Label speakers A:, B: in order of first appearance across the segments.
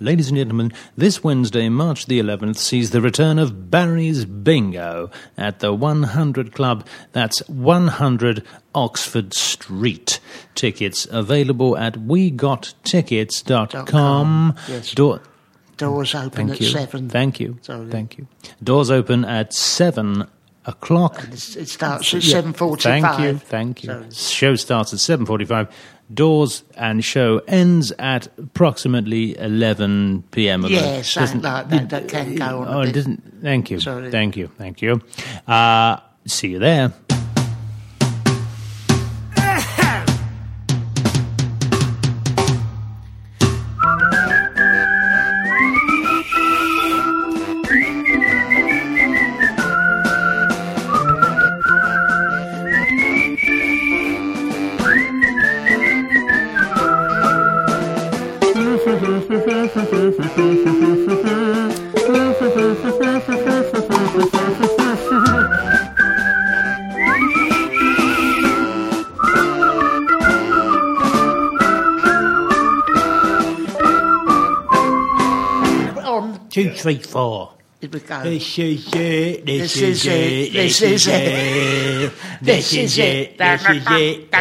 A: Ladies and gentlemen, this Wednesday, March the 11th, sees the return of Barry's Bingo at the 100 Club. That's 100 Oxford Street. Tickets available at wegottickets.com.
B: Yes.
A: Door-
B: Doors open
A: Thank
B: at
A: you.
B: seven.
A: Thank you.
B: Sorry.
A: Thank you. Doors open at 7 o'clock.
B: It's- It starts at
A: Yeah.
B: seven forty-five.
A: Thank you. Thank you. Show starts at seven forty-five. Doors and show ends at approximately eleven p.m.
B: Yeah,
A: Doesn't-
B: something like that. That can go on. a
A: Oh, it
B: bit.
A: doesn't. Thank you.
B: Sorry.
A: Thank you. Thank you. Uh, see you there.
B: On
C: Two, three, four.
B: it would go.
C: This is it. This, is, it.
B: This is it.
C: This is it. This is it. This is it.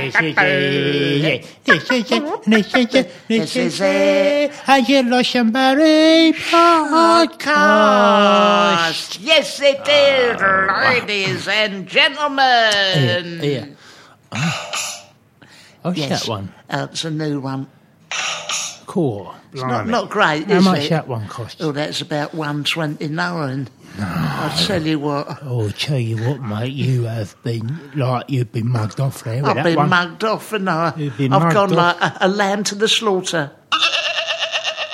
C: This is it. This is it. This is it. And you lost and Barry podcast.
B: Podcast. Yes, it is, ladies and gentlemen.
A: Yeah. Oh,
B: Yes.
A: that one.
B: Uh, it's a new one.
A: Cool.
B: It's not, not great,
A: How
B: is
A: much
B: it?
A: that one cost?
B: Oh, that's about one twenty-nine. I tell you what,
C: Oh, tell you what, mate, you have been like you've been mugged off there with
B: I've
C: that
B: been
C: one.
B: mugged off, and I,
C: You've been
B: I've
C: mugged
B: gone
C: off.
B: like a, a lamb to the slaughter.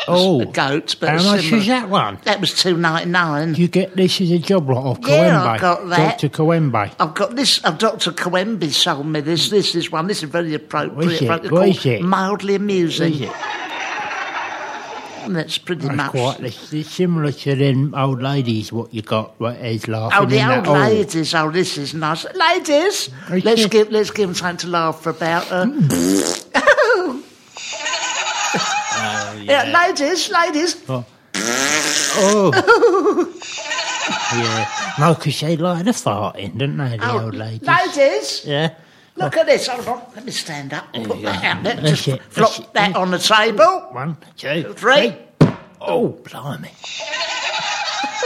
C: oh,
B: a goat, but
C: how much
B: similar.
C: is that one?
B: That was two ninety-nine.
C: You get this is a job lot of Coembe.
B: Yeah, I got that.
C: Doctor Coembe.
B: I've got this. Uh, Dr. Coembe sold me this. This is one. This is very
C: What
B: appropriate.
C: is
B: It's
C: it? What
B: called
C: is it?
B: Mildly amusing.
C: Is it?
B: And that's pretty
C: That's
B: much.
C: quite it's, it's similar to them old ladies. What you got? What is laughing?
B: Oh, the
C: in
B: old
C: that hole.
B: ladies! Oh, this is nice, ladies.
C: Right
B: Let's
C: here.
B: give let's give them something to laugh about. Uh, yeah. ladies, ladies.
C: Oh. yeah. No, 'cause they like the farting, don't they, the
B: Oh,
C: old ladies?
B: ladies,
C: Yeah.
B: look at this. Hold on, let me stand up. and Put that out. Let
C: That's
B: just
C: it,
B: flop
C: that's it.
B: that on the table.
C: One, two,
B: Three.
C: Oh, blimey.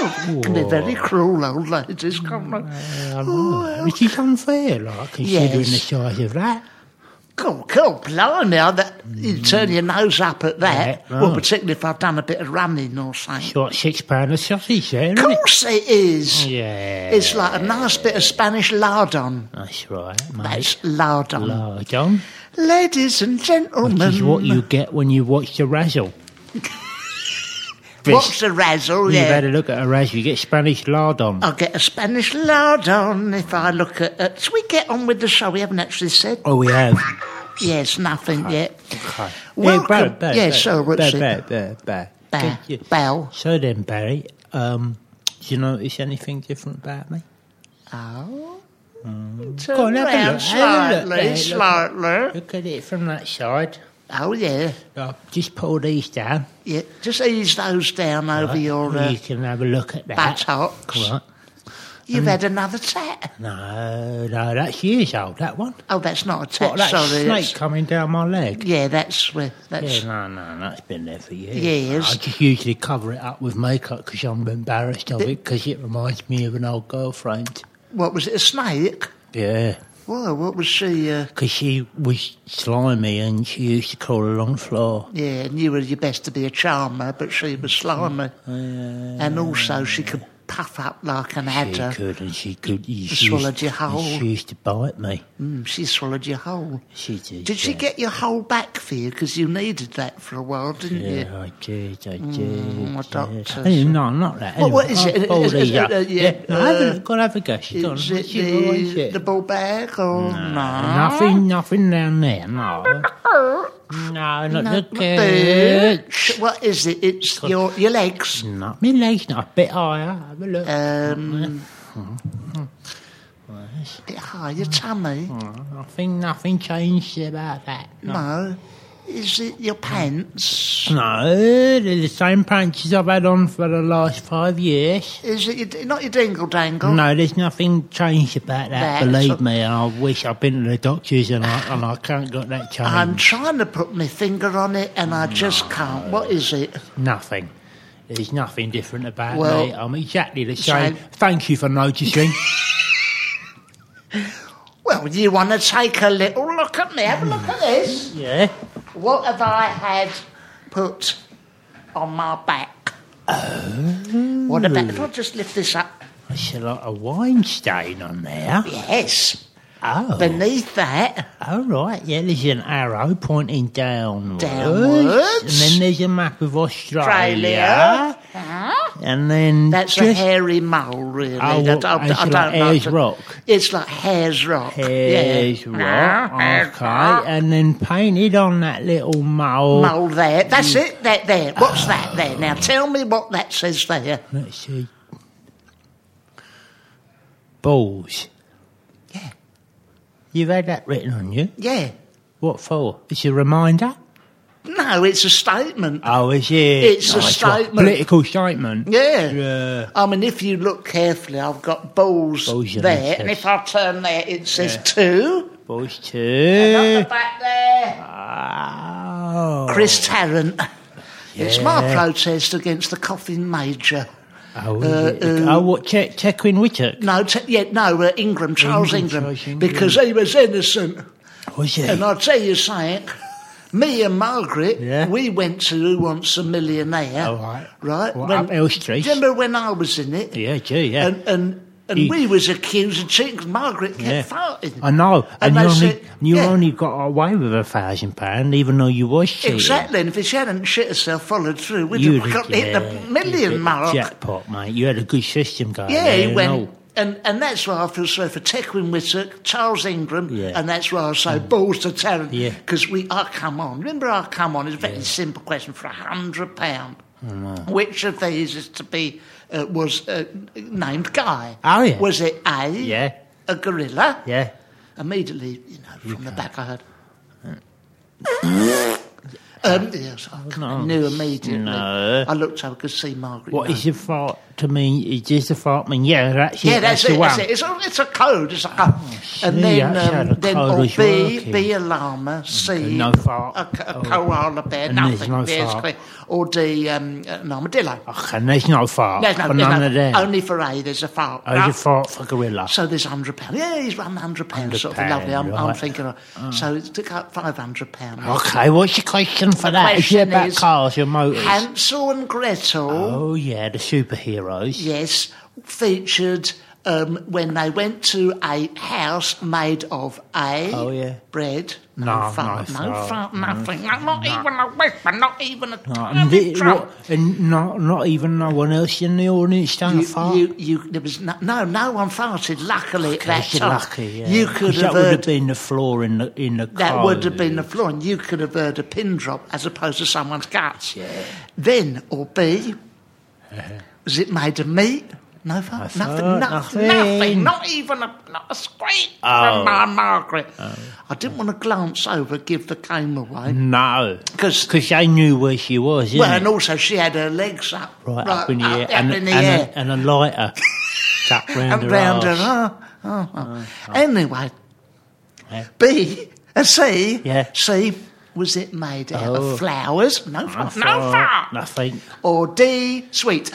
B: Oh, Can be very cruel, old ladies, can't they?
C: Um, oh, Which is unfair, like, considering
B: Oh, Yes.
C: the size of that.
B: Cool, cool, blimey. I, that, you turn your nose up at that.
C: Mm. Yeah,
B: Well,
C: right.
B: particularly if I've done a bit of running or something.
C: It's like six pound of sausage there, isn't
B: Of course it is.
C: it? Yeah.
B: It's like a nice bit of Spanish lardon.
C: That's right, mate.
B: That's lardon.
C: Lard on.
B: Ladies and gentlemen,
C: Which is what you get when you watch the razzle.
B: what's the razzle?
C: You've had
B: Yeah.
C: a look at a razzle, you get Spanish lard on.
B: I'll get a Spanish lardon if I look at it. Shall we get on with the show? We haven't actually said
C: Oh, we have.
B: yes, nothing yet.
C: Okay.
B: Welcome.
C: Yeah, Barry, Barry,
B: Yeah,
C: Barry,
B: sir,
C: Barry,
B: Richard.
C: Barry, Barry, Barry.
B: Bow,
C: Thank you.
B: bow.
C: So then, Barry, um, do you notice anything different about me?
B: Oh.
C: Mm. Go
B: Turn
C: on, have a
B: round
C: look, have a look
B: slightly,
C: there, look.
B: slightly.
C: Look at it from that side.
B: Oh yeah,
C: i just pull these down.
B: yeah. Just ease those down over your. Uh,
C: you can have a look at that.
B: buttocks.
C: Right. Mm.
B: You've had another tat.
C: No, no, that's years old, that one.
B: Oh, that's not a tat.
C: What, that
B: sorry.
C: snake
B: that's-
C: coming down my leg?
B: yeah, that's where. That's
C: Yeah, no, no, that's been there for years.
B: Years.
C: I just usually cover it up with makeup because I'm embarrassed of it because it reminds me of an old girlfriend.
B: what was it? A snake?
C: Yeah.
B: Why? What was she? Uh,
C: because she was slimy and she used to crawl along the floor.
B: yeah, and you were your best to be a charmer, but she was slimy. and also, she could puff up like an adder.
C: She could and she could. She
B: swallowed your
C: used,
B: whole-
C: She used to bite me.
B: Mm, she swallowed your whole.
C: She did.
B: Did she
C: yeah.
B: get your whole back for you? Because you needed that for a while, didn't you?
C: Yeah, I did, I did.
B: my doctor
C: yeah. Anyway, no, not that. Anyway,
B: Mm, what is it?
C: I'll
B: Is-
C: fold
B: is-
C: these
B: is-
C: up.
B: uh, yeah,
C: Oh, yeah. No, have
B: uh,
C: a, go and have a guess. Go on.
B: Is it
C: What you- what is
B: the,
C: it?
B: the ball bag or no?
C: Nothing, nothing down there, no. No, not the good.
B: Boots. What is it? It's your your legs.
C: Not my legs, not a bit higher. Have a look.
B: Um, bit high. Your tummy.
C: nothing, nothing changed about that. No.
B: No. Is it your pants?
C: No, they're the same punches I've had on for the last five years.
B: Is it your, not your dingle dangle?
C: No, there's nothing changed about that,
B: That's-
C: believe me. And I wish I've been to the doctors and I, and I can't got that changed.
B: I'm trying to put my finger on it and I just can't. What is it?
C: Nothing. There's nothing different about
B: Well,
C: me. I'm exactly the same.
B: same.
C: Thank you for noticing.
B: Well, you want to take a little look at me? Have a look at this.
C: yeah.
B: What have I had put on my back?
C: Oh.
B: What about if I just lift this up?
C: There's a lot of wine stain on there.
B: Yes.
C: Oh.
B: Beneath that,
C: All right, yeah, there's an arrow pointing downwards.
B: Downwards.
C: And then there's a map of Australia.
B: Australia. Huh?
C: And then.
B: That's a
C: just
B: hairy mole, really.
C: Oh,
B: I don't- I
C: it's
B: don't
C: like
B: know
C: Hare's
B: to-
C: Rock.
B: It's like Hare's Rock.
C: Here's
B: yeah.
C: what, okay, and then painted on that little mole.
B: Mole there. That's it. That there. What's that there? Now tell me what that says there.
C: Let's see. Balls.
B: Yeah.
C: You've had that written on you.
B: Yeah.
C: What for? It's a reminder.
B: No, it's a statement.
C: Oh, is it?
B: It's a
C: Nice one.
B: statement.
C: Political statement.
B: Yeah.
C: Yeah.
B: I mean, if you look carefully, I've got balls
C: Balls, yeah,
B: there,
C: yes.
B: and if I turn there, it says two.
C: Balls too.
B: Not the back there.
C: Oh.
B: Chris Tarrant. It's my protest against the coffin major.
C: Oh, is it? oh what? Che- Chequin Wittock?
B: No, t- yeah, no, uh, Ingram, Charles Ingram,
C: Ingram, Charles Ingram.
B: because he was innocent.
C: Was it?
B: And I'll tell you something. Me and Margaret,
C: Yeah.
B: we went to Who Wants a Millionaire.
C: All right.
B: Right?
C: Well, up Hill Street.
B: Do you remember when I was in it?
C: Yeah, gee, yeah.
B: And, and, and
C: You-
B: we was accused of cheating 'cause Margaret kept
C: Yeah.
B: farting.
C: I know,
B: And
C: and, you,
B: they
C: only,
B: said-
C: you
B: yeah.
C: only got away with a thousand pound, even though you was cheating.
B: Exactly, and if she hadn't shit herself, followed through, we'd
C: You
B: have got to hit
C: yeah,
B: the
C: you
B: million
C: hit
B: mark.
C: Jackpot, mate. You had a good system going.
B: Yeah,
C: there,
B: he
C: you
B: went.
C: know.
B: And, and that's why I feel sorry for Tequin Whittock, Charles Ingram,
C: Yeah. Mm.
B: and that's why I say balls to Tarrant.
C: Yeah.
B: Because we are come on. Remember our come on is a very simple question for a hundred pound.
C: Oh,
B: Which of these is to be uh, was uh, named Guy?
C: Oh, yeah.
B: Was it A?
C: Yeah.
B: A gorilla?
C: Yeah.
B: Immediately, you know, from the back I heard. um, yes, I kinda knew immediately.
C: No.
B: I looked up, I could see Margaret.
C: What
B: Knight.
C: is the fart to me? It is the fart mean? Yeah, that's
B: Yeah,
C: it.
B: that's,
C: the
B: it,
C: one.
B: that's it. It's a, it's a code. It's a code. and then,
C: Oh, that's how
B: um,
C: the
B: then
C: code
B: or
C: is
B: B,
C: working.
B: B a llama, C
C: no fart.
B: a, co- a
C: Oh.
B: koala bear,
C: And there's
B: nothing.
C: no
B: yes,
C: fart.
B: clear. Or D, um, an armadillo.
C: Ugh, and there's no fart.
B: There's no,
C: for
B: there's
C: none
B: no-
C: of them.
B: Only for A, there's a fart.
C: Oh, you
B: Right?
C: fart for gorilla.
B: So there's hundred pound. Yeah, he's run hundred pound. Sort of
C: £100,
B: lovely. I'm, I'm
C: right. Oh.
B: thinking. Of, So it took up five hundred pound.
C: Okay, what's your question for that? Is
B: question
C: it about
B: is-
C: cars and motors?
B: Hansel and Gretel.
C: oh yeah, the superheroes.
B: yes, featured um, when they went to a house made of a
C: Oh, yeah.
B: bread, no,
C: No,
B: fart,
C: no
B: no,
C: fart,
B: fart, nothing, no, not even a whisper, not even a
C: Oh, and,
B: tiny
C: the,
B: drop.
C: what, and not not even no one else in the audience done a
B: You,
C: fart.
B: you, you, there was no, no, no one farted. Luckily, at that
C: Yes, you're
B: time,
C: lucky. Yeah.
B: you could
C: 'Cause
B: have
C: that would have
B: heard.
C: been the floor in the in the
B: That
C: car.
B: would have been the flaw, and you could have heard a pin drop as opposed to someone's guts. Then, or B,
C: Uh-huh.
B: was it made of meat? No, fart, nothing, nothing,
C: fart, nothing.
B: nothing, not even a, not a squeak
C: Oh.
B: from my Margaret. I didn't want to glance over, give the game away.
C: Mm. No,
B: 'Cause-
C: because they knew where she was.
B: Well,
C: innit?
B: and also she had her legs up,
C: right, up in the air,
B: up
C: and,
B: in the
C: and,
B: air.
C: A, and a lighter stuck round
B: and
C: her
B: round and
C: arse.
B: oh, oh, oh. anyway.
C: Uh, Yeah.
B: B a C
C: Yeah.
B: C was it made out
C: Oh.
B: of flowers? No fart. No
C: Fart,
B: fart.
C: Nothing.
B: Or D sweet.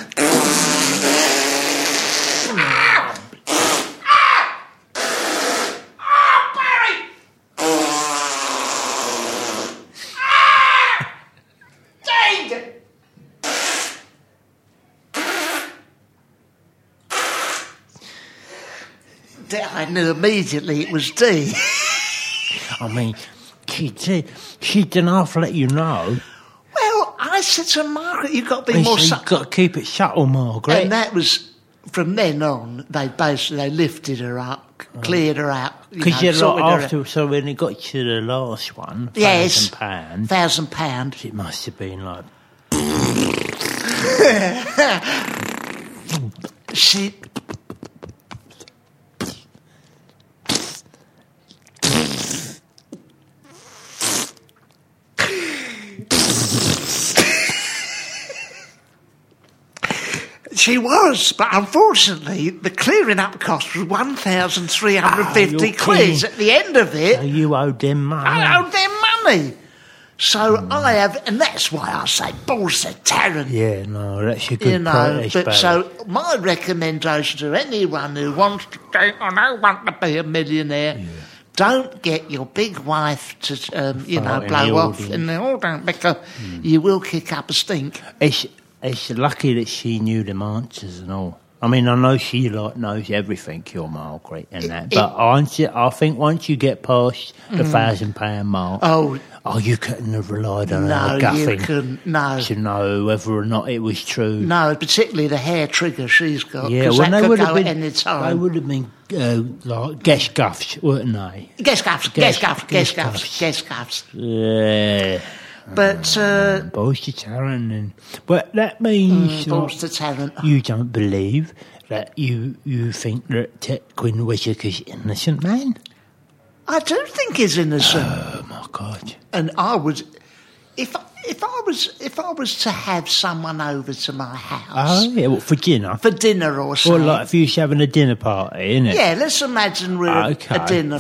B: I knew immediately it was D.
C: I mean, she did. She didn't half let you know.
B: well, I said to Margaret, you've got to be
C: And
B: more.
C: she
B: Su-
C: got to keep it subtle, Margaret.
B: and that was from then on. They basically they lifted her up, cleared her out.
C: Because
B: you
C: you
B: know,
C: know,
B: sorted her out.
C: after, so when it got to the last one,
B: Yes.
C: thousand pounds,
B: thousand pound.
C: it must have been like,
B: She She was, but unfortunately, the clearing up cost was one thousand three hundred
C: Oh,
B: fifty
C: you're
B: quid.
C: kidding.
B: At the end of it,
C: oh, you owed them money.
B: I owe them money. So
C: Hmm.
B: I have, and that's why I say balls to Tarrant.
C: Yeah, no, that's a good
B: You know,
C: protest,
B: but
C: Barry.
B: so my recommendation to anyone who wants to go, "Oh, I don't want to be a millionaire, don't get your big wife to, um, you
C: Throw Hmm.
B: know,
C: it in
B: blow
C: the
B: off
C: audience.
B: in the audience because you will kick up a stink.
C: It's it's lucky that she knew them answers and all. I mean, I know she like knows everything, your Margaret, and that. But aren't you, I think once you get past the thousand pound mark,
B: Mm. Oh.
C: oh, you couldn't have relied on
B: No,
C: her
B: you
C: guffing
B: couldn't. No,
C: to know whether or not it was true.
B: no, particularly the hair trigger she's got.
C: Yeah,
B: Mm. 'cause
C: well,
B: that
C: they
B: could
C: would
B: go
C: have been.
B: at any
C: They
B: time.
C: would have been uh, like guess guffs, wouldn't they?
B: Guess cuffs, guess
C: Guess-
B: cuffs, guess
C: guess
B: cuffs,
C: cuffs.
B: guess cuffs.
C: Yeah,
B: But uh,
C: Bolshevik, and but that means like,
B: balls to Tarrant.
C: you don't believe that you you think that Tet Quinn Wishik is innocent, man.
B: I do think he's innocent.
C: Oh my God!
B: and I would, if if I was if I was to have someone over to my house
C: Oh yeah, well, for dinner.
B: for dinner or
C: Or
B: something.
C: like if you're having a dinner party, innit?
B: yeah, let's imagine we're at
C: Okay.
B: a dinner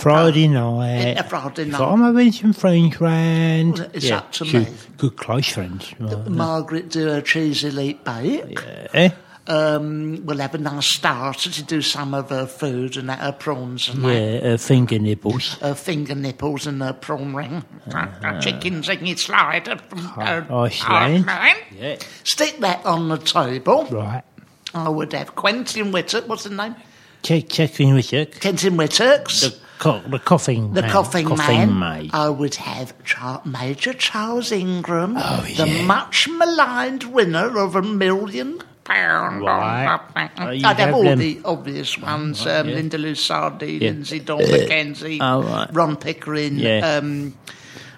B: party.
C: Friday night.
B: A Friday
C: If
B: night.
C: I'm having some friends round.
B: Well, it's up to
C: so
B: me.
C: Good close friends. right.
B: Margaret do her cheese elite bake.
C: Eh?
B: Um, we'll have a nice starter to do some of her food and that, her prawns and that.
C: Yeah, uh, finger nibbles.
B: Her finger nipples and her prawn ring. Her Chickens in your slider.
C: Uh-huh. Oh, Shane. Yeah.
B: Stick that on the table.
C: Right.
B: I would have Quentin Whittock. What's the name?
C: Check, check in with you.
B: Quentin Whittock's.
C: The, co- the coughing
B: The
C: man.
B: coughing, man.
C: maid.
B: I would have Char- Major Charles Ingram,
C: Oh,
B: the
C: yeah.
B: much maligned winner of a million pounds.
C: Right. Oh,
B: I'd
C: you
B: have,
C: have
B: all
C: them.
B: the obvious ones um, Linda Lusardi,
C: Yeah.
B: Lindsay Dawn McKenzie,
C: Oh, right.
B: Ron Pickering,
C: Yeah.
B: um,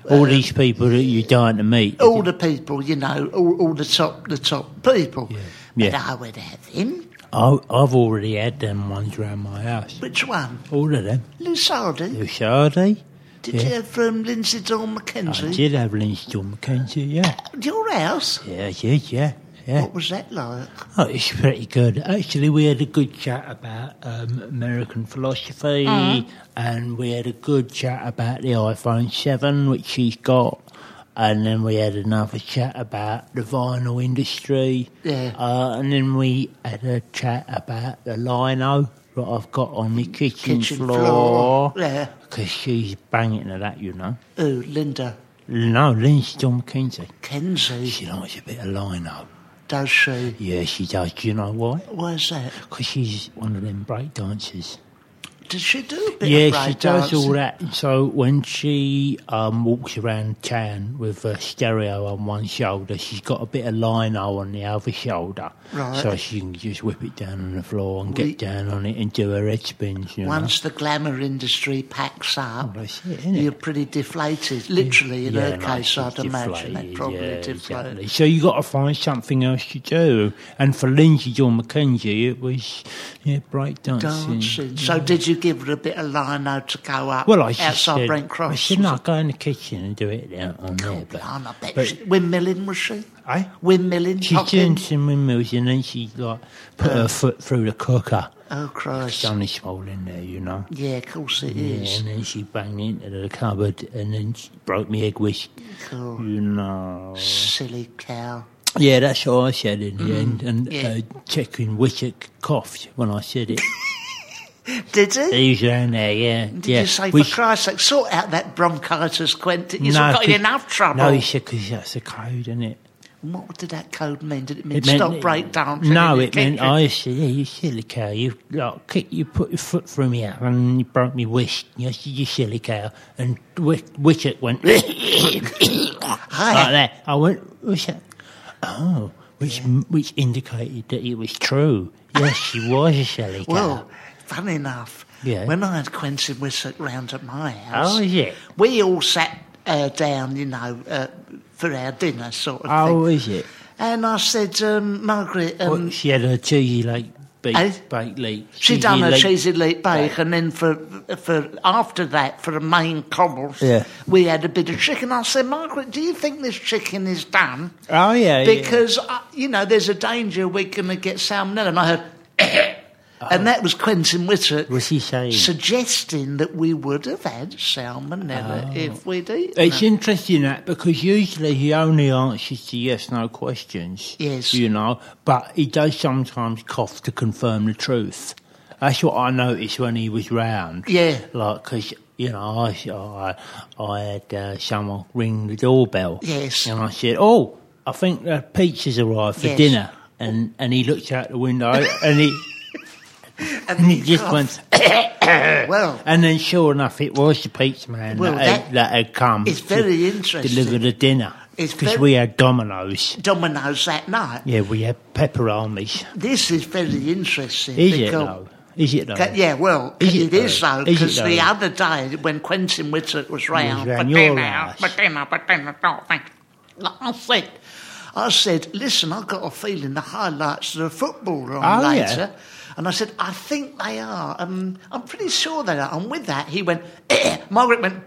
C: All these people that you're dying to meet.
B: all the people, you know, all, all the top the top people.
C: Yeah.
B: But I would have him.
C: I, I've already had them ones round my house.
B: Which one?
C: All of them.
B: Lusardi?
C: Lusardi.
B: Did you have um, Lindsay Dawn
C: I
B: McKenzie?
C: did have Lindstrom McKenzie, yeah.
B: Your house?
C: Yeah, I did, yeah. Yeah.
B: What was that like?
C: Oh, it's pretty good. Actually, we had a good chat about um, American philosophy
B: Mm-hmm.
C: and we had a good chat about the iPhone 7, which she's got. And then we had another chat about the vinyl industry.
B: Yeah.
C: Uh, and then we had a chat about the lino that I've got on my kitchen,
B: Kitchen floor,
C: floor.
B: yeah.
C: Because she's banging at that, you know.
B: Oh, Linda
C: No, Lindstrom McKenzie.
B: Kenzie,
C: She likes a bit of lino.
B: does she?
C: Yeah, she does. Do you know why?
B: Where's that?
C: Because she's one of them break dancers.
B: Does she do a bit
C: yeah,
B: of break
C: she does
B: dancing?
C: all that. So when she um, walks around town with a stereo on one shoulder, she's got a bit of lino on the other shoulder.
B: Right.
C: So she can just whip it down on the floor and
B: We-
C: get down on it and do her head spins, you know.
B: Once the glamour industry packs up,
C: Well, Oh, that's it, innit?
B: you're pretty deflated. Literally, in her
C: no,
B: case,
C: she's
B: I'd imagine that
C: deflated,
B: probably
C: yeah,
B: deflated.
C: exactly. So you got to find something else to do. And for Lindsay John McKenzie, it was yeah, break
B: Dancing. So, did you give her a bit of lino to go up
C: Well, I just
B: outside
C: said,
B: Brent Cross?
C: I said, no, go in the kitchen and do it there on there. But,
B: Blimey, I bet
C: but
B: she, windmilling was she?
C: Eh?
B: Windmilling,
C: she
B: hopping?
C: turned some windmills and then she like put
B: Uh.
C: her foot through the cooker.
B: Oh Christ!
C: It's only small in there, you know.
B: Yeah, of course it
C: Yeah,
B: is.
C: and then she banged into the cupboard and then she broke me egg whisk.
B: Cool.
C: You know.
B: Silly cow.
C: Yeah, that's what I said in the end. And
B: Mm. yeah.
C: uh, checking Wicket coughed when I said it.
B: Did he?
C: he was around there, Eh, yeah.
B: Did you say, for Christ's sake, sort out that bronchitis, Quentin? You've
C: No,
B: got in
C: could-
B: enough trouble.
C: No, he said, because that's a code, isn't it?
B: And what did that code mean? Did it mean
C: It meant-
B: stop, break down?
C: No,
B: Trinity
C: it meant
B: Kitchen?
C: I said, yeah, "You silly cow! You like, kick, you put your foot through me out and you broke me wrist. You, s- you silly cow!" And Wi- Wishart went like that. I went, Wishart, oh, which which indicated that it was true. Yes, she was a silly cow.
B: Well, funny enough,
C: Yeah.
B: when I had Quentin Wissett round at my house,
C: Oh, yeah.
B: we all sat uh, down, you know, uh, for our dinner sort of
C: oh,
B: thing.
C: is it?
B: And I said, um, Margaret, um,
C: Well, she had her cheesy like bake,
B: Eh?
C: bake leak.
B: she
C: cheesy
B: done a
C: leek-
B: cheesy leek bake, and then for for after that, for the main cobbles,
C: Yeah.
B: we had a bit of chicken. I said, Margaret, do you think this chicken is done?
C: Oh yeah, yeah.
B: because uh, you know there's a danger we're going to get salmonella. And I heard, and that was Quentin Witter.
C: Was he saying?
B: suggesting that we would have had salmonella
C: Oh.
B: if we'd eaten?
C: It's
B: it.
C: interesting that because usually he only answers to yes no questions.
B: Yes.
C: You know, but he does sometimes cough to confirm the truth. That's what I noticed when he was round.
B: Yeah.
C: Like, because, you know, I, I, I had uh, someone ring the doorbell.
B: Yes.
C: And I said, Oh, I think the pizza's arrived for
B: Yes.
C: dinner. And, and he looked out the window and he,
B: And
C: and he just went, Uh,
B: well,
C: and then sure enough, it was the pizza man
B: Well,
C: that, had-
B: that-
C: that had come.
B: it's
C: to
B: very interesting.
C: Deliver the dinner.
B: It's
C: because
B: ver-
C: we had Dominoes.
B: Domino's that night.
C: Yeah, we had pepperonis.
B: This is very interesting.
C: Is it Oh,
B: because,
C: though? Is it though?
B: Ca- Yeah, well,
C: Is it
B: it is
C: though?
B: though,
C: Is it
B: because the
C: though?
B: other day when Quentin Witter was round, but
C: round your
B: then
C: house.
B: out, but then out, but then uh, out, but then out, I said, I said, listen, I've got a feeling the highlights of the football are on
C: Oh, yeah.
B: later. And I said, I think they are. Um, I'm pretty sure they are. And with that, he went, "Eh, Margaret went,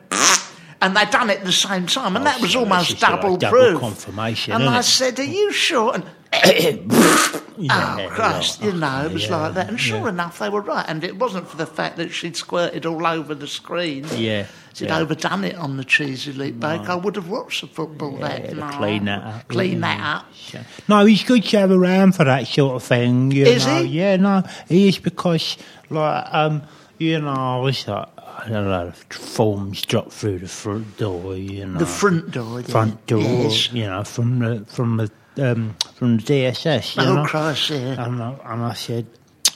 B: and they done it at the same time. And
C: Oh,
B: that was
C: so this
B: almost
C: is like
B: double
C: double
B: proof.
C: confirmation,
B: And
C: isn't
B: I
C: it?
B: said, Are you sure? And
C: Yeah,
B: Oh,
C: yeah.
B: Christ, you know, it was
C: Yeah,
B: like that. And sure
C: yeah.
B: enough, they were right. And it wasn't for the fact that she'd squirted all over the screen.
C: Yeah,
B: She'd
C: yeah. Mm.
B: overdone it on the cheesy leek bake. I would have watched the football
C: Yeah,
B: that
C: to
B: night.
C: clean that up.
B: Clean
C: yeah. Oh.
B: that up.
C: Yeah. No, he's good to have around for that sort of thing. You
B: Is
C: know?
B: he?
C: Yeah, no, he is because, like, um, you know, I was like, a lot of forms dropped through the front door, you know.
B: The front door. yeah.
C: front door,
B: Yes.
C: you know, from the from the um, from the DSS. You
B: Oh,
C: know?
B: Christ, yeah.
C: And I, and I said,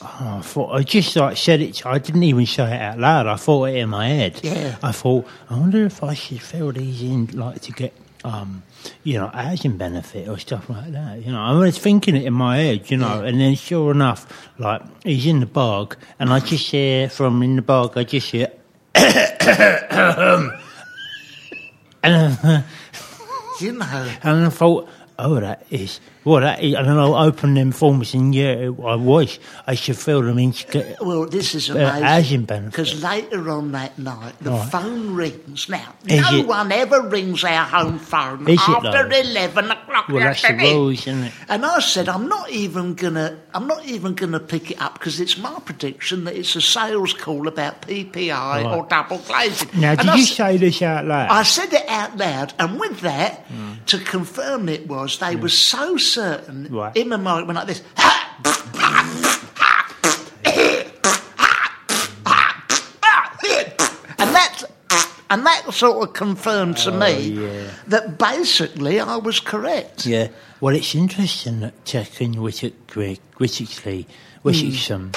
C: oh, I thought I just like said it. I didn't even say it out loud. I thought it in my head.
B: Yeah.
C: I thought I wonder if I should fill these in, like to get. Um, you know, housing benefit or stuff like that. You know, I was thinking it in my head. You know, and then sure enough, like he's in the bog, and I just hear from in the bog. I just hear, and uh,
B: You know.
C: And I thought, oh, that is, well, that is, and then I'll open them forms and yeah, I wish I should fill them in. to get-
B: Well, this is
C: Uh, as in
B: amazing.
C: benefit.
B: Because later on that night, the
C: Right.
B: phone rings. Now,
C: Is
B: no
C: it-
B: one ever rings our home phone
C: Is it
B: after
C: though?
B: 11 o'clock.
C: Well, that's the
B: yesterday.
C: rules, isn't it?
B: And I said, I'm not even gonna, I'm not even gonna pick it up because it's my prediction that it's a sales call about PPI or double glazing.
C: Now,
B: And
C: did
B: I
C: you
B: s-
C: say this out loud?
B: I said it out loud, and with that, to confirm it was, they were so certain.
C: Mm. Right.
B: In my mind, it went like this. And that, and that sort of confirmed to me
C: Oh, yeah.
B: that basically I was correct.
C: yeah. Well, it's interesting that Tech and Whittick, Whittickley, Whittickson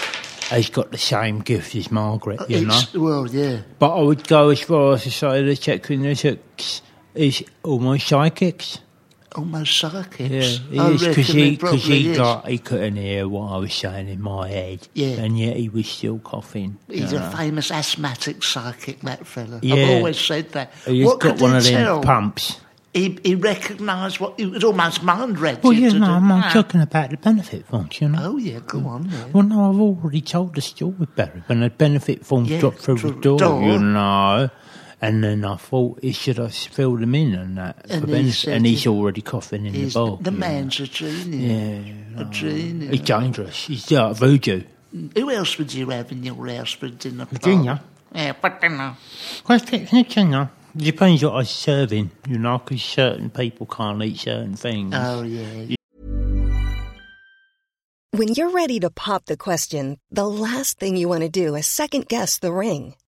C: has got the same gift as Margaret, you know?
B: Hmm. It's, well, yeah.
C: But I would go as far as to say that Tech and Whitticks is almost psychics.
B: Almost psychic.
C: Yeah,
B: I
C: he is because
B: reckon
C: he,
B: probably
C: cause he
B: is.
C: got he couldn't hear what I was saying in my head.
B: Yeah.
C: and yet he was still coughing.
B: He's
C: you
B: a
C: know.
B: famous asthmatic psychic, that fella. I've
C: Yeah.
B: always said that.
C: He's
B: what
C: got
B: could
C: one
B: he
C: of them
B: tell?
C: pumps.
B: He, he recognised what he was almost mind read.
C: Well,
B: you
C: Oh, yeah,
B: to
C: no,
B: do
C: I'm, I'm
B: that.
C: talking about the benefit forms, you know.
B: Oh yeah, go on. yeah.
C: Well, no, I've already told the story, Barry, when the benefit forms
B: Yeah,
C: dropped through the
B: through the
C: door,
B: door.
C: you know. And then I thought, eh, should I fill them in and that? for
B: And he
C: benefit?
B: said
C: and he's
B: he-
C: already coughing in
B: He's-
C: the bar.
B: the
C: you know.
B: man's a genius.
C: Oh, Yeah. oh.
B: A genius.
C: He's dangerous. He's like voodoo.
B: Who else would you have in your house for dinner? Paul?
C: Virginia.
B: Yeah, but dinner.
C: Quite interesting, though. Depends what I'm serving, you know, because certain people can't eat certain things.
B: Oh yeah.
D: When you're ready to pop the question, the last thing you want to do is second guess the ring.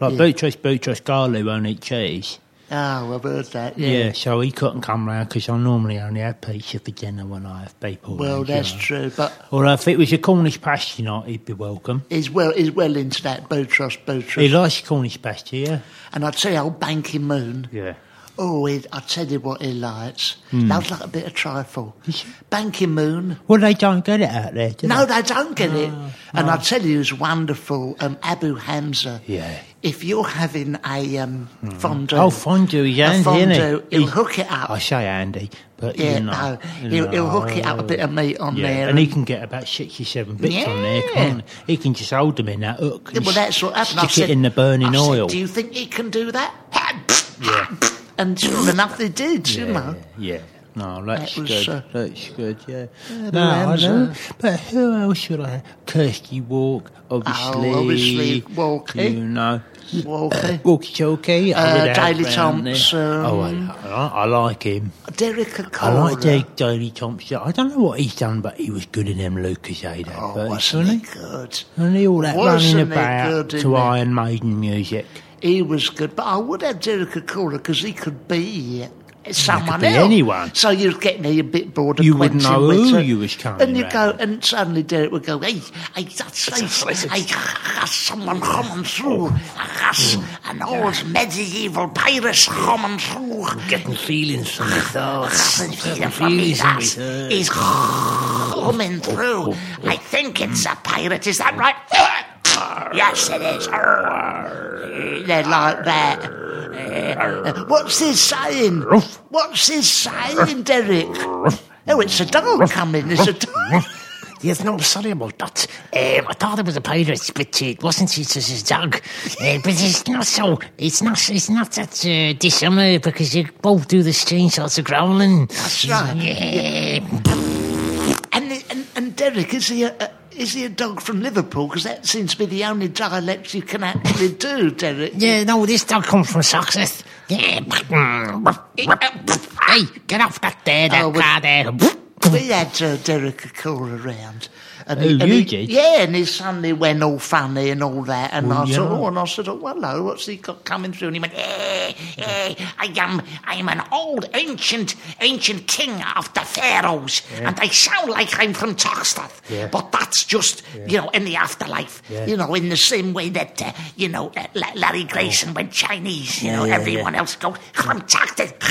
C: Like Beatrice Beatrice Garley won't eat cheese.
B: Oh, I've heard that. Yeah.
C: Yeah. so he couldn't come round because I normally only have pizza for dinner when I have people.
B: Well,
C: round,
B: that's
C: you know.
B: true. But
C: Or if it was a Cornish pasty night, he'd be welcome.
B: he's well, he's well into that Botros,
C: He
B: Botros.
C: likes Cornish pasty, yeah?
B: and I'd say old Banky Moon.
C: Yeah. Hmm.
B: Oh, he, I tell you what he likes. Loves like a bit of trifle. Banky Moon.
C: Well, they don't get it out there, do
B: No,
C: they?
B: they don't get it.
C: Ah,
B: And I tell you, who's wonderful, um, Abu Hamza.
C: Yeah.
B: If you're having a um, fondue,
C: Oh, fondue, he's
B: a
C: Andy,
B: fondue,
C: isn't he?
B: he'll hook it up.
C: I say Andy, but
B: Yeah,
C: you know.
B: no,
C: you
B: he'll- he'll hook it up a bit of meat on
C: yeah,
B: there
C: And he
B: and-
C: can get about 67 bits on there,
B: Yeah.
C: can't he? He can just hold them in that hook.
B: Yeah,
C: and
B: well, that's what happened. I
C: Stick
B: said,
C: it in the burning
B: I said,
C: oil.
B: Do you think he can do that? And sure enough, they did, you know.
C: Yeah. No, that's
B: was,
C: good.
B: uh,
C: that's good, yeah.
B: but
C: no, I
B: Ramsay-
C: know. But who else should I have? Kirsty Walk, obviously.
B: Oh, obviously, Walkie.
C: You know.
B: Walker.
C: Walkie Talkie. I
B: Uh,
C: would have
B: Daley
C: round there.
B: Thompson.
C: Oh, I, I, I like him.
B: Derek
C: I
B: O'Connor.
C: like Dave Daley Thompson. I don't know what he's done, but he was good in them Lucas Aid
B: Oh,
C: adverts,
B: wasn't he
C: wasn't he?
B: good?
C: And he all that
B: Wasn't he
C: running about
B: good in
C: to
B: it?
C: Iron Maiden music.
B: He was good, but I would have Derek O'Connor because he could be someone
C: be
B: else.
C: anyone.
B: So you're getting a bit bored of
C: You wouldn't
B: Quentin
C: know who
B: Whitter.
C: you was coming
B: uh, And you go,
C: round.
B: and suddenly Derek would go, hey, hey, that's, that's, hey, that's someone coming through. That's
C: Mm.
B: an old medieval pirate coming through.
C: Getting feelings from the thoughts.
B: That's- He's coming through. I think it's a pirate. Is that right? Yes, it is. They're like that. Uh, What's he saying? What's he saying, Derek? Oh, it's a dog coming. It's a dog.
E: Yes, no, sorry about that. Um, I thought it was a pirate, but it wasn't. It was his dog. Uh, but it's not so. It's not. It's not that uh, dissimilar because you both do the same sorts of growling. Eh,
B: That's right.
E: Yeah.
B: And, and, and Derek, is he a, a is he a dog from Liverpool? Because that seems to be the only dialect you can actually do, Derek.
E: Yeah, no, this dog comes from Soxeth. Yeah. Hey, get off that there, that
B: Oh, well-
E: car there.
B: We had uh, Derek O'Connor around. And
C: Oh,
B: and
C: you did?
B: Yeah, and he suddenly went all funny and all that. And I
C: yeah.
B: thought, oh, and I said, oh, hello, what's he got coming through? And he went, eh, eh, I am, I am an old, ancient, ancient king of the pharaohs. And they sound like I'm from Toxteth. But that's just, you know, in the afterlife. You know, in the same way that, uh, you know, uh, La- Larry Grayson went Chinese. You know, everyone else goes, from Toxteth.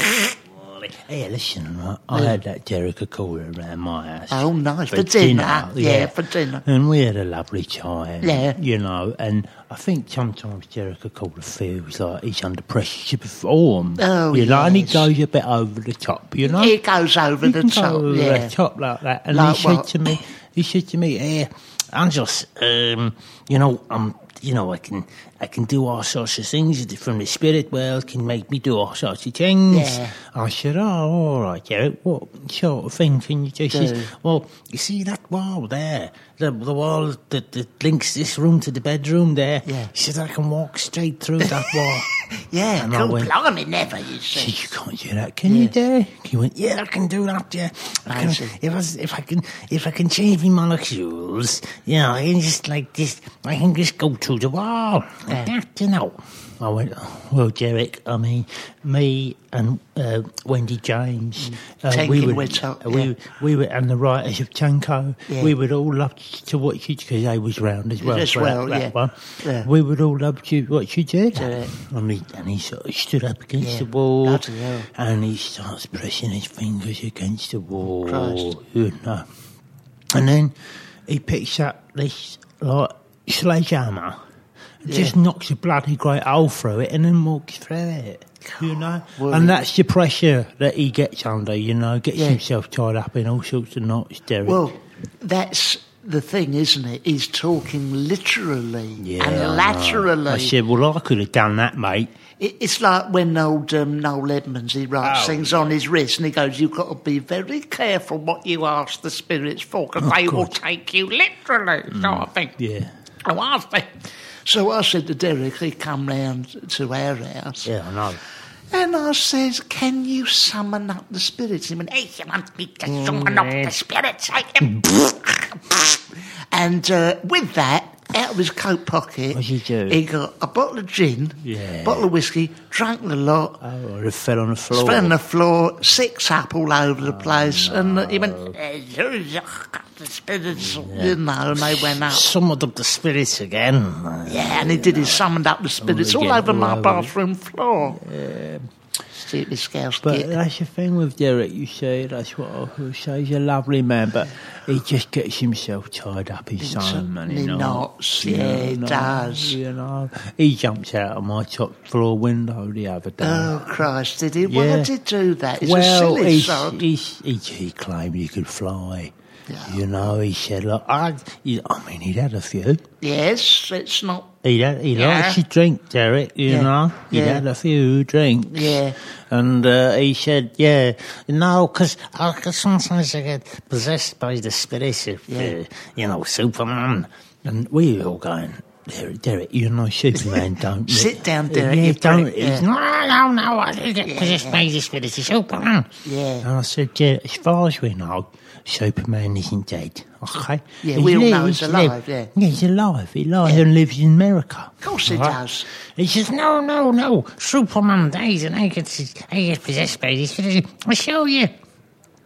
C: Hey, listen, right, I had that Jericho Cola around my house.
B: Oh, nice. For dinner. Yeah, for dinner.
C: And we had a lovely time.
B: Yeah.
C: You know, and I think sometimes Jericho Cola feels like he's under pressure to perform.
B: Oh,
C: You know, and he
B: yes.
C: goes a bit over the top, you know?
B: He goes over
C: He
B: the
C: can go
B: top.
C: over
B: yeah.
C: the top like that. And
B: Like
C: he said
B: what?
C: to me, he said to me, eh, Angelos, um, you know, um, you know, I can, I can do all sorts of things from the spirit world. Can make me do all sorts of things.
B: Yeah.
C: I said, oh, all right, Derek. What sort of thing can you do? She
B: Do.
C: says, well, you see that wall there, the, the wall that, that links this room to the bedroom there.
B: Yeah.
C: She said, I can walk straight through that wall.
B: Yeah,
C: And I
B: cool
C: went-
B: blimey, never, you see.
C: Said, you can't do that, can you, Derek? He went, yeah, I can do that, yeah. I can,
B: see.
C: if, I, s- if I can, if I can change my molecules, you know, I can just like this, I can just go through the wall, like that, you know. I went, "Oh, well, Derek, I mean, me and uh, Wendy James, uh, we
B: Mm. Tanking
C: were,
B: went out,
C: uh, we,
B: yeah.
C: we were, and the writers of Tanko,
B: Yeah.
C: we would all love to watch you because they was round as well.
B: As
C: for that-
B: well,
C: that
B: yeah.
C: one.
B: Yeah.
C: We would all love to watch you do that.
B: it.
C: And he, and he sort of stood up against
B: Yeah.
C: the wall,
B: Bloody hell.
C: and he starts pressing his fingers against the wall.
B: Christ.
C: You know. And then he picks up this like sledgehammer, just knocks a bloody great hole through it, and then walks through it. You know, and that's the pressure that he gets under. You know, gets
B: Yeah.
C: himself tied up in all sorts of knots, Derek.
B: Well, that's the thing, isn't it? He's talking literally
C: I know.
B: and laterally.
C: I said, well, I could have done that, mate.
B: It- It's like when old um, Noel Edmonds, he writes
C: Oh,
B: things on his wrist and he goes, You've got to be very careful what you ask the spirits for because they will take you literally, sort of thing.
C: Yeah.
B: Oh, I think. So I said to Derek, he come round to our house.
C: Yeah, I know.
B: And I says, can you summon up the spirits? He went, hey, you want me to
C: Mm,
B: summon up the spirits? I can. and uh, with that, out of his coat pocket,
C: What'd you do?
B: he got a bottle of gin,
C: Yeah.
B: bottle of whiskey, drank the lot,
C: Oh, I'd have fell on the floor.
B: spread on the floor, six up all over the place,
C: Oh,
B: and uh, he went, hey, you got the spirits, you know, and they went up.
C: Summoned up the spirits again.
B: Yeah, and he did. He summoned up the spirits all
C: Again,
B: over
C: Oh, all
B: my
C: over.
B: bathroom floor. Stupid scouse
C: But
B: git.
C: that's the thing with Derek, you see, that's what I will say. He's a lovely man, but he just gets himself tied up in so many
B: many knots,
C: knots. you
B: yeah, he
C: know,
B: does.
C: You know, he jumped out of my top floor window the other day.
B: Oh Christ! Did he? Why
C: Yeah.
B: did he do that? It's
C: well,
B: a silly
C: he's-
B: sod.
C: he's- he, he claimed he could fly. You know, he said, look, I, he- I mean, he'd had a few.
B: Yes, it's not.
C: He had, he
B: Yeah.
C: likes to drink, Derek, you
B: Yeah.
C: know. He
B: Yeah.
C: had a few drinks.
B: Yeah.
C: And uh, he said,
E: Yeah, no, because sometimes I get possessed by the spirit of, uh, you know, Superman.
C: and we were all going, Derek, Derek you're no Superman, don't you?
B: Sit down, Derek,
C: Yeah,
B: you
C: don't.
B: prick,
C: he's
B: yeah.
C: not-
E: No, no, no, I do get possessed by the spirit of Superman.
C: And
B: Yeah,
C: I said, yeah, as far as we know, Superman isn't dead, okay?
B: Yeah,
C: He
B: we all know
C: lives-
B: he's alive,
C: live-
B: yeah.
C: he's alive. He lives and lives in America.
B: of course he
C: Right.
B: does.
E: He says, no, no, no, Superman dies and I get, I get possessed by the spirit. of- I show you.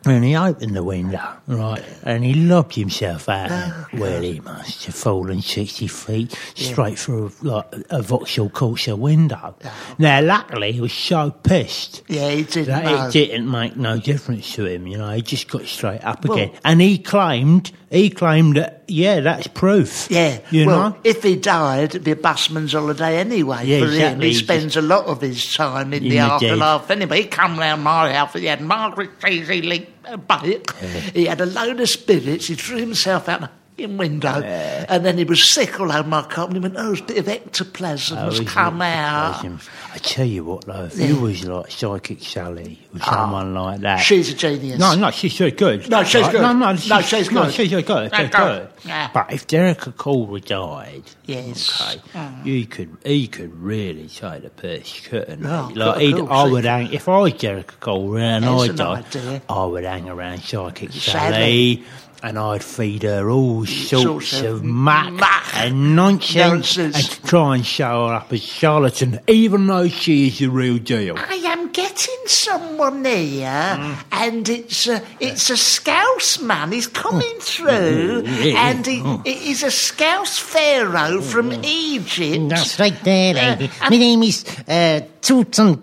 C: And he opened the window, right, and he lobbed himself out.
B: Oh,
C: well, he must have fallen 60 feet straight through like, a Vauxhall Corsa window. Now, luckily, he was so pissed.
B: Yeah, he did.
C: That
B: know.
C: it didn't make no difference to him, you know. He just got straight up again,
B: Well-
C: and he claimed he claimed that yeah, that's proof.
B: Yeah,
C: you
B: well,
C: know.
B: if he died, it'd be a busman's holiday anyway.
C: Yeah,
B: for him.
C: exactly.
B: He spends a lot of his time in, the
C: In the
B: afterlife anyway. He come round my house, he had Margaret Cheesy Lee bake. He had a load of spirits, he threw himself out the fucking window, and then he was sick all over my cot, and he went, oh, there's a bit of ectoplasm has
C: Always
B: come
C: looked
B: out.
C: surprising. I tell you what, though, if you was like Psychic Sally or someone like that,
B: Ah. She's a genius.
C: No, no, she's very good.
B: No, she's
C: Right?
B: good.
C: No, no,
B: No,
C: she's,
B: she's
C: No,
B: good.
C: she's very good.
B: Yeah,
C: She's
B: good.
C: good.
B: Yeah.
C: But if Derek O'Cora died,
B: Yes.
C: okay, you could, he could really take the piss, couldn't he?
B: Oh,
C: like,
B: of
C: he'd,
B: course
C: I
B: he
C: would hang. If I was Derek O'Cora and
B: There's
C: I
B: an
C: died,
B: idea.
C: I would hang around Psychic
B: Sally.
C: Sally. And I'd feed her all sorts,
B: sorts of
C: of muck,
B: muck.
C: and nonsense,
B: Nonsense.
C: and try and show her up as charlatan, even though she is the real deal.
B: I am getting someone here, and it's a, it's a scouse man. He's coming through,
C: yeah.
B: and he, he's a scouse pharaoh from Egypt.
E: That's right there, lady.
B: Uh,
E: My name is uh,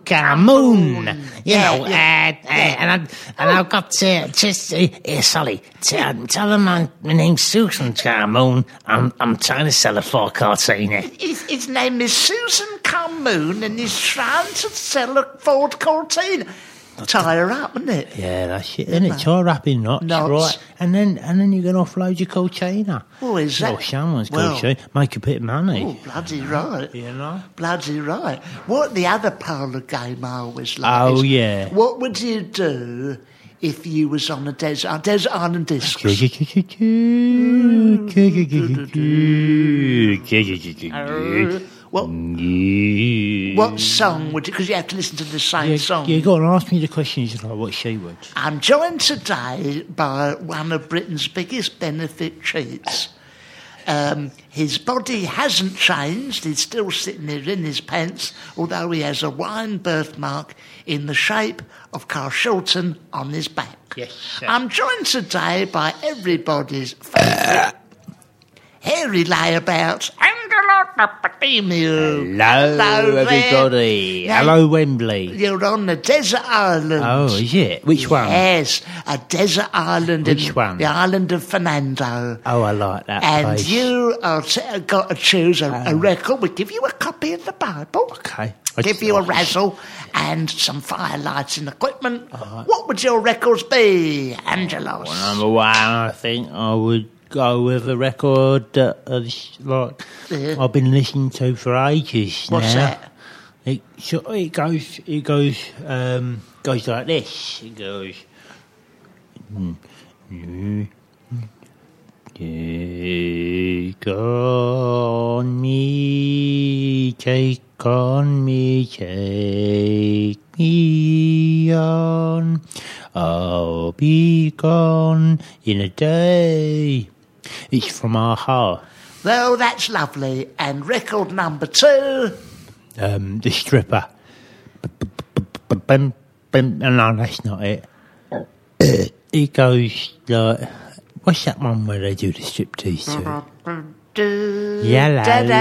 E: Tutankhamun. You
B: Yeah,
E: know,
B: yeah,
E: uh, uh, and, I, and I've got uh, just, uh, uh, sorry, t- um, tell them my, my name's Tutankhamun. I'm, I'm trying to sell a four cortina.
B: His, his name is Susan Calmoon, and he's trying to sell a Ford Cortina. Tie her up, isn't it?
C: Yeah, that's it. Then it's all up in knots,
B: Knots.
C: right? And then and then you can offload your cortina.
B: Well, Oh, is
C: Well,
B: that-
C: someone's
B: well-
C: cortina. Make a bit of money.
B: Oh, bloody right.
C: You know?
B: Bloody right. What the other parlour game I always like
C: Oh,
B: is,
C: yeah.
B: What would you do if you was on a desert, a desert island disc? What, what song would you... Because you have to listen to the same song.
C: You go and ask me the questions like what she would.
B: I'm joined today by one of Britain's biggest benefit cheats. Um, his body hasn't changed. He's still sitting there in his pants, although he has a wine birthmark in the shape of Carl Shilton on his back.
C: Yes, sir.
B: I'm joined today by everybody's favourite hairy layabout, Angelo Papadimio. Hello there.
C: everybody.
B: Now,
C: Hello, Wembley.
B: You're on the desert island.
C: Oh, is it? Which one?
B: Yes, a desert island. in
C: Which one?
B: The island of Fernando.
C: Oh, I like that
B: And
C: place. Oh.
B: you are t- uh, got to choose a, a record. We give you a copy of the Bible.
C: Okay. I
B: Give
C: just
B: you a
C: like it.
B: razzle and some fire lights and equipment. What would your records be, Angelos?
C: Number one, I think I would go with a record that is, like I've been listening to for ages
B: Uh, What's
C: now.
B: that?
C: It so it goes it goes um goes like this. It goes. mm, Take on me, take on me, take me on. I'll be gone in a day. It's from Aha,
B: Well, that's lovely. And record number two.
C: um, the stripper. Bum, bum, No, that's not it. Äh, It goes like, what's that one where they do the striptease to? it? Yeah, la, la,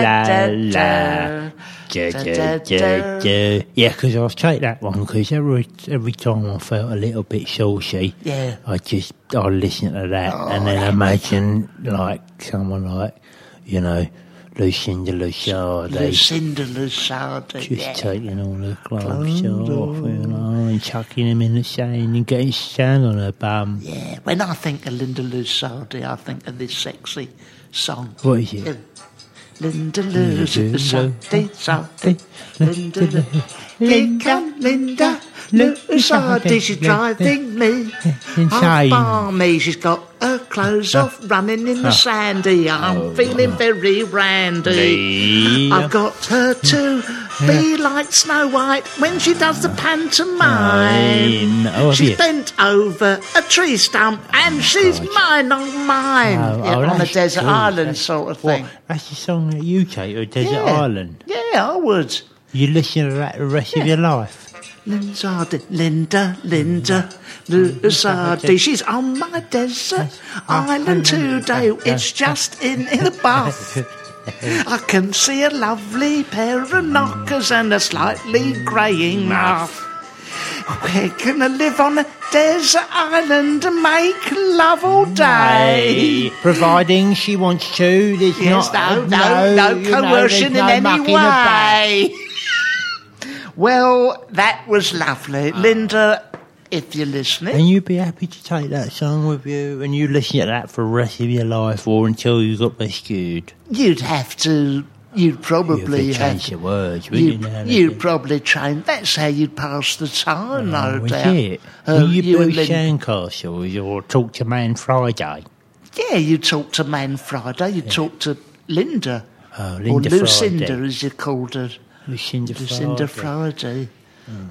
C: la. Ja, ja, ja, ja. Yeah, because I'll take that one because every every time I felt a little bit saucy,
B: Yeah.
C: I just I listen to that and then imagine like someone like you know Lucinda Luchard, they
B: Lucinda Lusardi.
C: just
B: Yeah.
C: taking all the gloves off, you know, and chucking them in the sand and getting sand on her bum.
B: yeah. When I think of Linda Lusardi, I think of this sexy song.
C: What is it?
B: Linda Lusardi, Sardi, Linda Lu- Here come Linda Lusardi, she's driving me
C: Insane.
B: half balmy. She's got her clothes off, running in the sandy.
C: Oh,
B: I'm feeling very randy. I've got her to be like Snow White when she does the pantomime.
C: Oh, have you?
B: She's bent over a tree stump and she's mine on mine.
C: Oh,
B: Yeah,
C: oh,
B: on a
C: that's
B: desert
C: good.
B: island
C: That's-
B: sort of
C: what,
B: thing.
C: That's the song that you take to Desert
B: Yeah.
C: Island.
B: Yeah, I would.
C: You listen to that the rest of your life.
B: Lindsardi, Linda, Linda, Lindsardi. She's on my desert island today. It's just in, in a bath. I can see a lovely pair of knockers and a slightly greying mouth. Where can I live on a desert island and make love all day?
C: Providing she wants to, there's
B: Yes, no,
C: not
B: no, no
C: you know,
B: coercion
C: there's no
B: in
C: mucking
B: any
C: about.
B: way. well, that was lovely.
C: Ah.
B: Linda, if you're listening,
C: And you'd be happy to take that song with you, and you listen to that for the rest of your life, or until you got rescued.
B: you'd have to, you'd
C: You'd have
B: probably
C: to
B: have
C: change your words, wouldn't you?
B: You'd,
C: now and
B: you'd
C: again?
B: probably train. That's how you'd pass the time, no
C: Was
B: doubt.
C: Oh, it?
B: Uh,
C: Will you,
B: you
C: build
B: and Lin-
C: sandcastles or talk to man Friday?
B: yeah, you talk to Man Friday. You talk to Linda,
C: Oh,
B: or
C: Linda
B: Lucinda,
C: Friday.
B: as you called her,
C: Lucinda,
B: Lucinda
C: Friday. Oh.
B: Friday.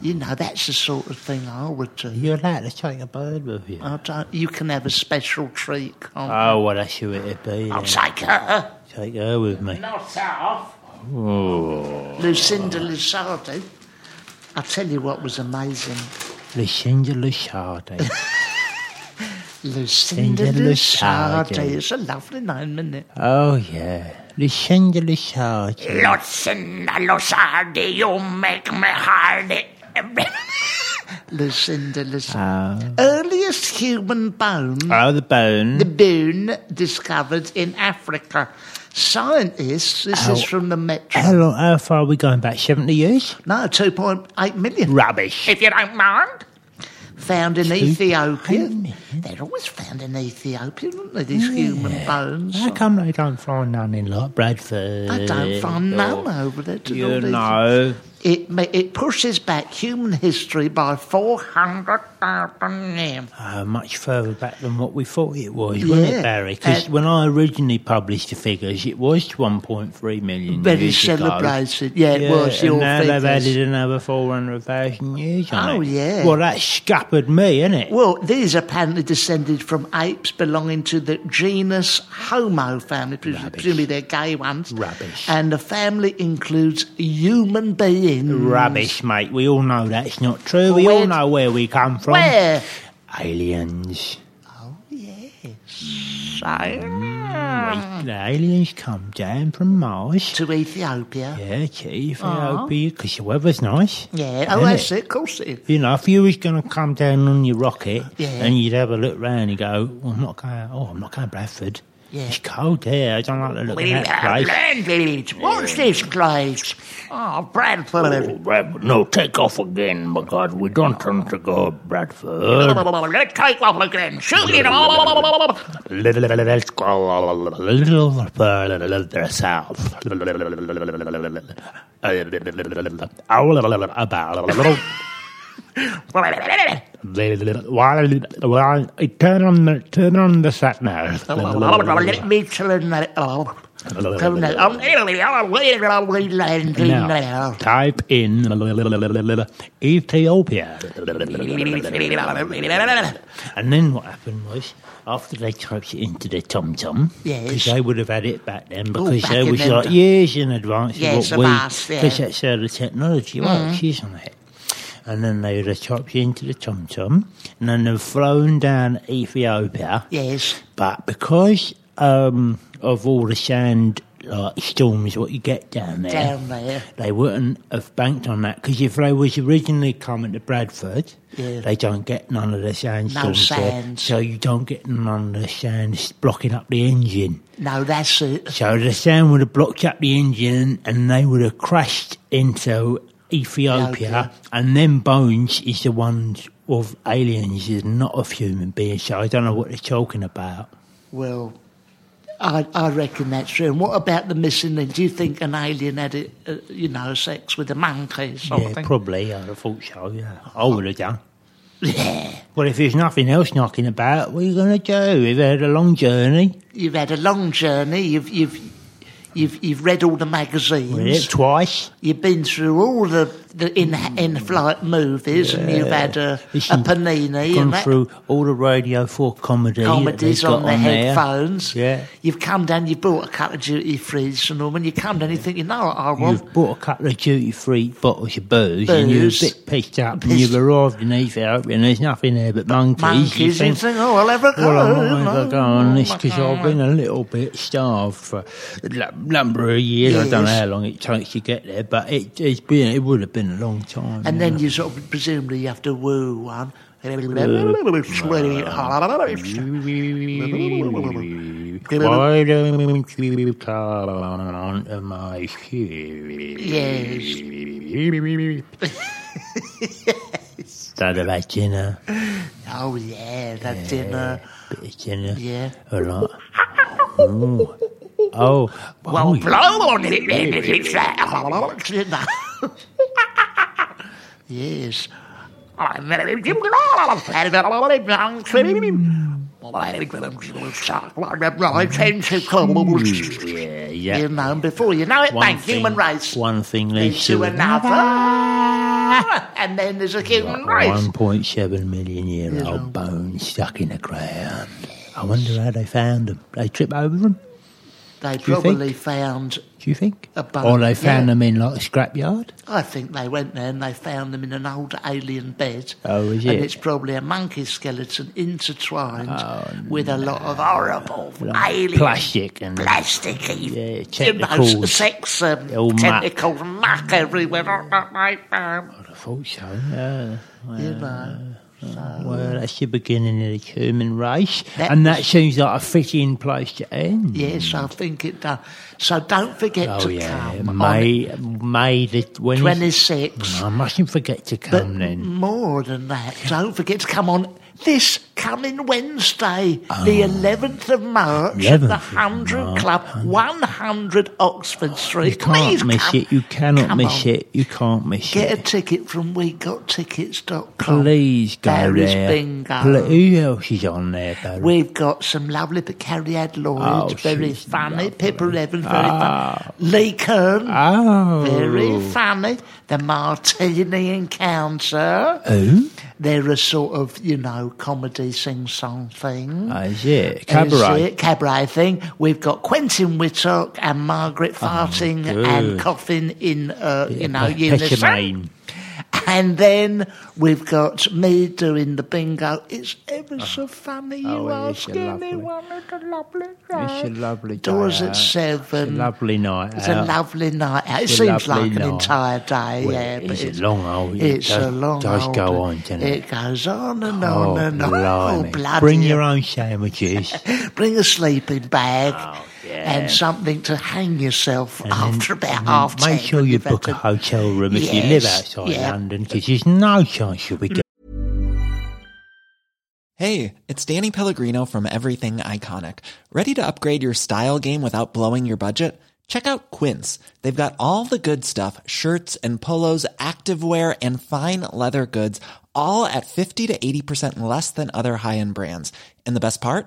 B: You know, that's the sort of thing I would do.
C: You're allowed to take a bird with you.
B: I don't, uh, you can have a special treat. Can't
C: Oh, well, that's who it'd be. then.
B: Oh, I'll take her.
C: Take her with me.
B: Not off. Lucinda Lusardi. I'll tell you what was amazing.
C: Lucinda Luchardi.
B: Lucinda
C: Lucinda Lusardi.
B: Lusardi. It's a lovely name, isn't it?
C: oh, yeah. Lucinda Luchardi.
B: Lucinda Lusardi, you make me hardy. Lucinda Lusardi. Earliest human bone.
C: Oh, the
B: The
C: bone.
B: bone discovered in Africa. Scientists, this is from the Metro.
C: How, long, how far are we going back? 70 years?
B: No, 2.8 million.
C: Rubbish.
B: If you don't mind. Found in Ethiopia.
C: million?
B: They're always found in Ethiopia, aren't they, these human bones?
C: How come they don't find none in like Bradford?
B: I don't find none over there. to all
C: You
B: these-
C: know.
B: It, ma- it pushes back human history by 400,000 years.
C: Uh, much further back than what we thought it was, wasn't
B: Yeah.
C: it, Barry? Because
B: Uh,
C: when I originally published the figures, it was 1.3 million.
B: Very
C: years ago.
B: celebrated. Yeah, it was.
C: and
B: Your
C: now
B: figures.
C: they've added another 400,000 years on
B: Oh,
C: it.
B: yeah.
C: Well, that scuppered me, innit? it?
B: Well, these apparently descended from apes belonging to the genus Homo family. Presumably, presumably they're gay ones.
C: Rubbish.
B: And the family includes human beings.
C: Rubbish, mate. We all know that's not true. We
B: Well,
C: all
B: where-
C: know where we come from.
B: Where?
C: Aliens.
B: Science.
C: The aliens come down from Mars.
B: To Ethiopia. Yeah.
C: Yeah, chief. Because the weather's nice.
B: Oh,
C: Innit?
B: that's it. Of course it is.
C: You know, if you was going to come down on your rocket
B: Yeah.
C: and you'd have a look round and go, well, I'm oh, not going, oh, I'm not going to Bradford. It's cold here. I don't like the look of that place.
B: Landladies, what's this place? Oh, Bradford.
C: No, take off again because we don't want to go Bradford.
B: Let's take off again. Shoot it all.
C: Let's go a little further south. Turn on the turn on the sat nav.
B: Let me turn that off. Turn that
C: Now,
B: off.
C: type E in Ethiopia. And then what happened was, after they typed it into the Tom Tom, because
B: Yes. Oh,
C: they would have had it back then, because
B: back
C: they
B: in
C: was
B: them
C: like
B: da-
C: years in advance of
B: Yes,
C: what we,
B: advanced, yeah. Mm.
C: because that's how the technology works, isn't it? And then they would have typed it into the Tom Tom, and then they've flown down Ethiopia.
B: Yes.
C: But because um, of all the sand like, storms, what you get down there,
B: Down there.
C: they wouldn't have banked on that because if they was originally coming to Bradford,
B: Yeah.
C: they don't get none of the sandstorms there,
B: sand.
C: so you don't get none of the sand blocking up the engine.
B: No, that's it.
C: So the sand would have blocked up the engine, and they would have crashed into Ethiopia.
B: Ethiopia.
C: And then Bones is the ones of aliens, is not of human beings. So I don't know what they're talking about.
B: Well, I, I reckon that's true. And what about the missing link? Do you think an alien had, it, uh, you know, sex with a monkey or something?
C: Yeah, probably. I'd have thought so, yeah. I would have done. well, if there's nothing else knocking about, what are you going to do? You've had a long journey.
B: You've had a long journey. You've you've you've you've read all the
C: Well, yeah,
B: magazines.
C: twice.
B: You've been through all the, the in in flight movies, and you've had a, a
C: Listen,
B: panini
C: Gone
B: and that
C: through all the Radio 4 comedy that
B: comedies
C: they've got
B: on the
C: there.
B: headphones.
C: Yeah.
B: You've come down. You've bought a cut of duty freeze, and all. When you come down, you think, you know what I want.
C: You've bought a couple of duty free bottles of booze, and you're a
B: Booze.
C: bit pissed up and you've arrived in Ethiopia and there's nothing there but monkeys.
B: Monkeys, you think, oh, I'll have a go.
C: Well, I
B: you
C: might
B: know.
C: have a go on this because I've been a little bit starved for a l- number of years. I don't know
B: Yes.
C: how long it takes to get there, but it, it's been it would have been a long time.
B: And then
C: yeah.
B: you sort of presumably you have to woo one. Oh,
C: Why don't you come onto my ship?
B: Yes.
C: Start about dinner,
B: Oh yeah, that dinner.
C: bit of dinner,
B: Yeah.
C: a lot. Oh, oh,
B: Well,
C: oh,
B: blow on it then if it's that. You know. yes.
C: Hmm. yeah,
B: You
C: yeah.
B: know, and before you know it,
C: One
B: bang,
C: thing-
B: human race
C: oh, One thing leads
B: into
C: to
B: another, and then there's a human race.
C: 1.7 million year old bone stuck in the ground. I wonder how they found them. They trip over them,
B: They
C: you think?
B: probably found.
C: do you think?
B: A bone,
C: or they found
B: yeah.
C: them in like a scrapyard?
B: I think they went there and they found them in an old alien bed.
C: Oh, is
B: And
C: it?
B: it's probably a monkey skeleton intertwined
C: Oh,
B: with a lot of horrible alien
C: Plastic and
B: plasticky,
C: Yeah,
B: you know,
C: tentacles.
B: sex um,
C: All muck. Oh,
B: tentacles, muck everywhere.
C: I thought so. Yeah.
B: You know,
C: Well, that's the beginning of the human race,
B: That-
C: and that seems like a fitting place to end.
B: yes, I think it does. So don't forget
C: Oh
B: to
C: yeah,
B: come
C: May May the when
B: on
C: is-
B: 26.
C: I mustn't forget to come then.
B: More than that, don't forget to come on this coming Wednesday, the 11th of March at
C: 11th
B: the
C: Oh. of
B: 100
C: March,
B: Club, 100 Oxford Street.
C: You can't
B: Please
C: miss
B: come.
C: it. You cannot
B: Come
C: miss
B: on.
C: it. You can't miss
B: Get a
C: it.
B: ticket from wegottickets.com.
C: Please go
B: There is
C: there.
B: bingo.
C: Pl- who else is on there, Barry?
B: We've got some lovely, but Carrie Ad Lloyd,
C: Oh,
B: very
C: she's Ah.
B: funny. Pippa Evans, very funny. Lee Kern,
C: oh,
B: very funny. The Martini Encounter.
A: Oh?
C: who?
B: They're a sort of, you know, comedy sing song thing.
A: Uh,
C: Oh, is it
B: Is
C: cabaret?
B: it? Cabaret thing. We've got Quentin Whitlock and
A: Oh,
B: Margaret farting
C: good.
B: and coughing in, uh, you know,
C: Pe-
B: unison.
C: Pechamine.
B: And then we've got me doing the bingo. It's ever so funny. You
A: Oh, it is,
B: ask
A: you're lovely.
B: anyone, it's a lovely
A: It's
B: night.
A: a lovely
B: Doors
A: day
B: at
A: out.
B: seven.
A: It's a lovely night eh?
B: It's a
A: out.
B: lovely night out. It
A: Uh, It's a
B: seems
A: lovely
B: like an
A: night.
B: entire day,
A: Well,
B: yeah.
A: it
B: but
A: is a long old- it
B: It's
A: does-
B: a long
A: does
B: old-
A: go on, doesn't it?
B: It goes on and
A: Oh,
B: on and on. Oh,
A: blimey.
B: bloody
A: Bring your own sandwiches.
B: Bring a sleeping bag
A: Oh, yeah.
B: and something to hang yourself
A: and
B: after about
A: then
B: half ten.
A: Make sure you
B: you've had
A: book a
B: to-
A: hotel room if you live
B: uh, Yes,
A: outside
B: yeah.
A: London, because there's no chance you'll be going.
F: Hey, it's Danny Pellegrino from Everything Iconic. Ready to upgrade your style game without blowing your budget? Check out Quince. They've got all the good stuff shirts and polos, activewear, and fine leather goods, all at 50 to 80% less than other high end brands. And the best part?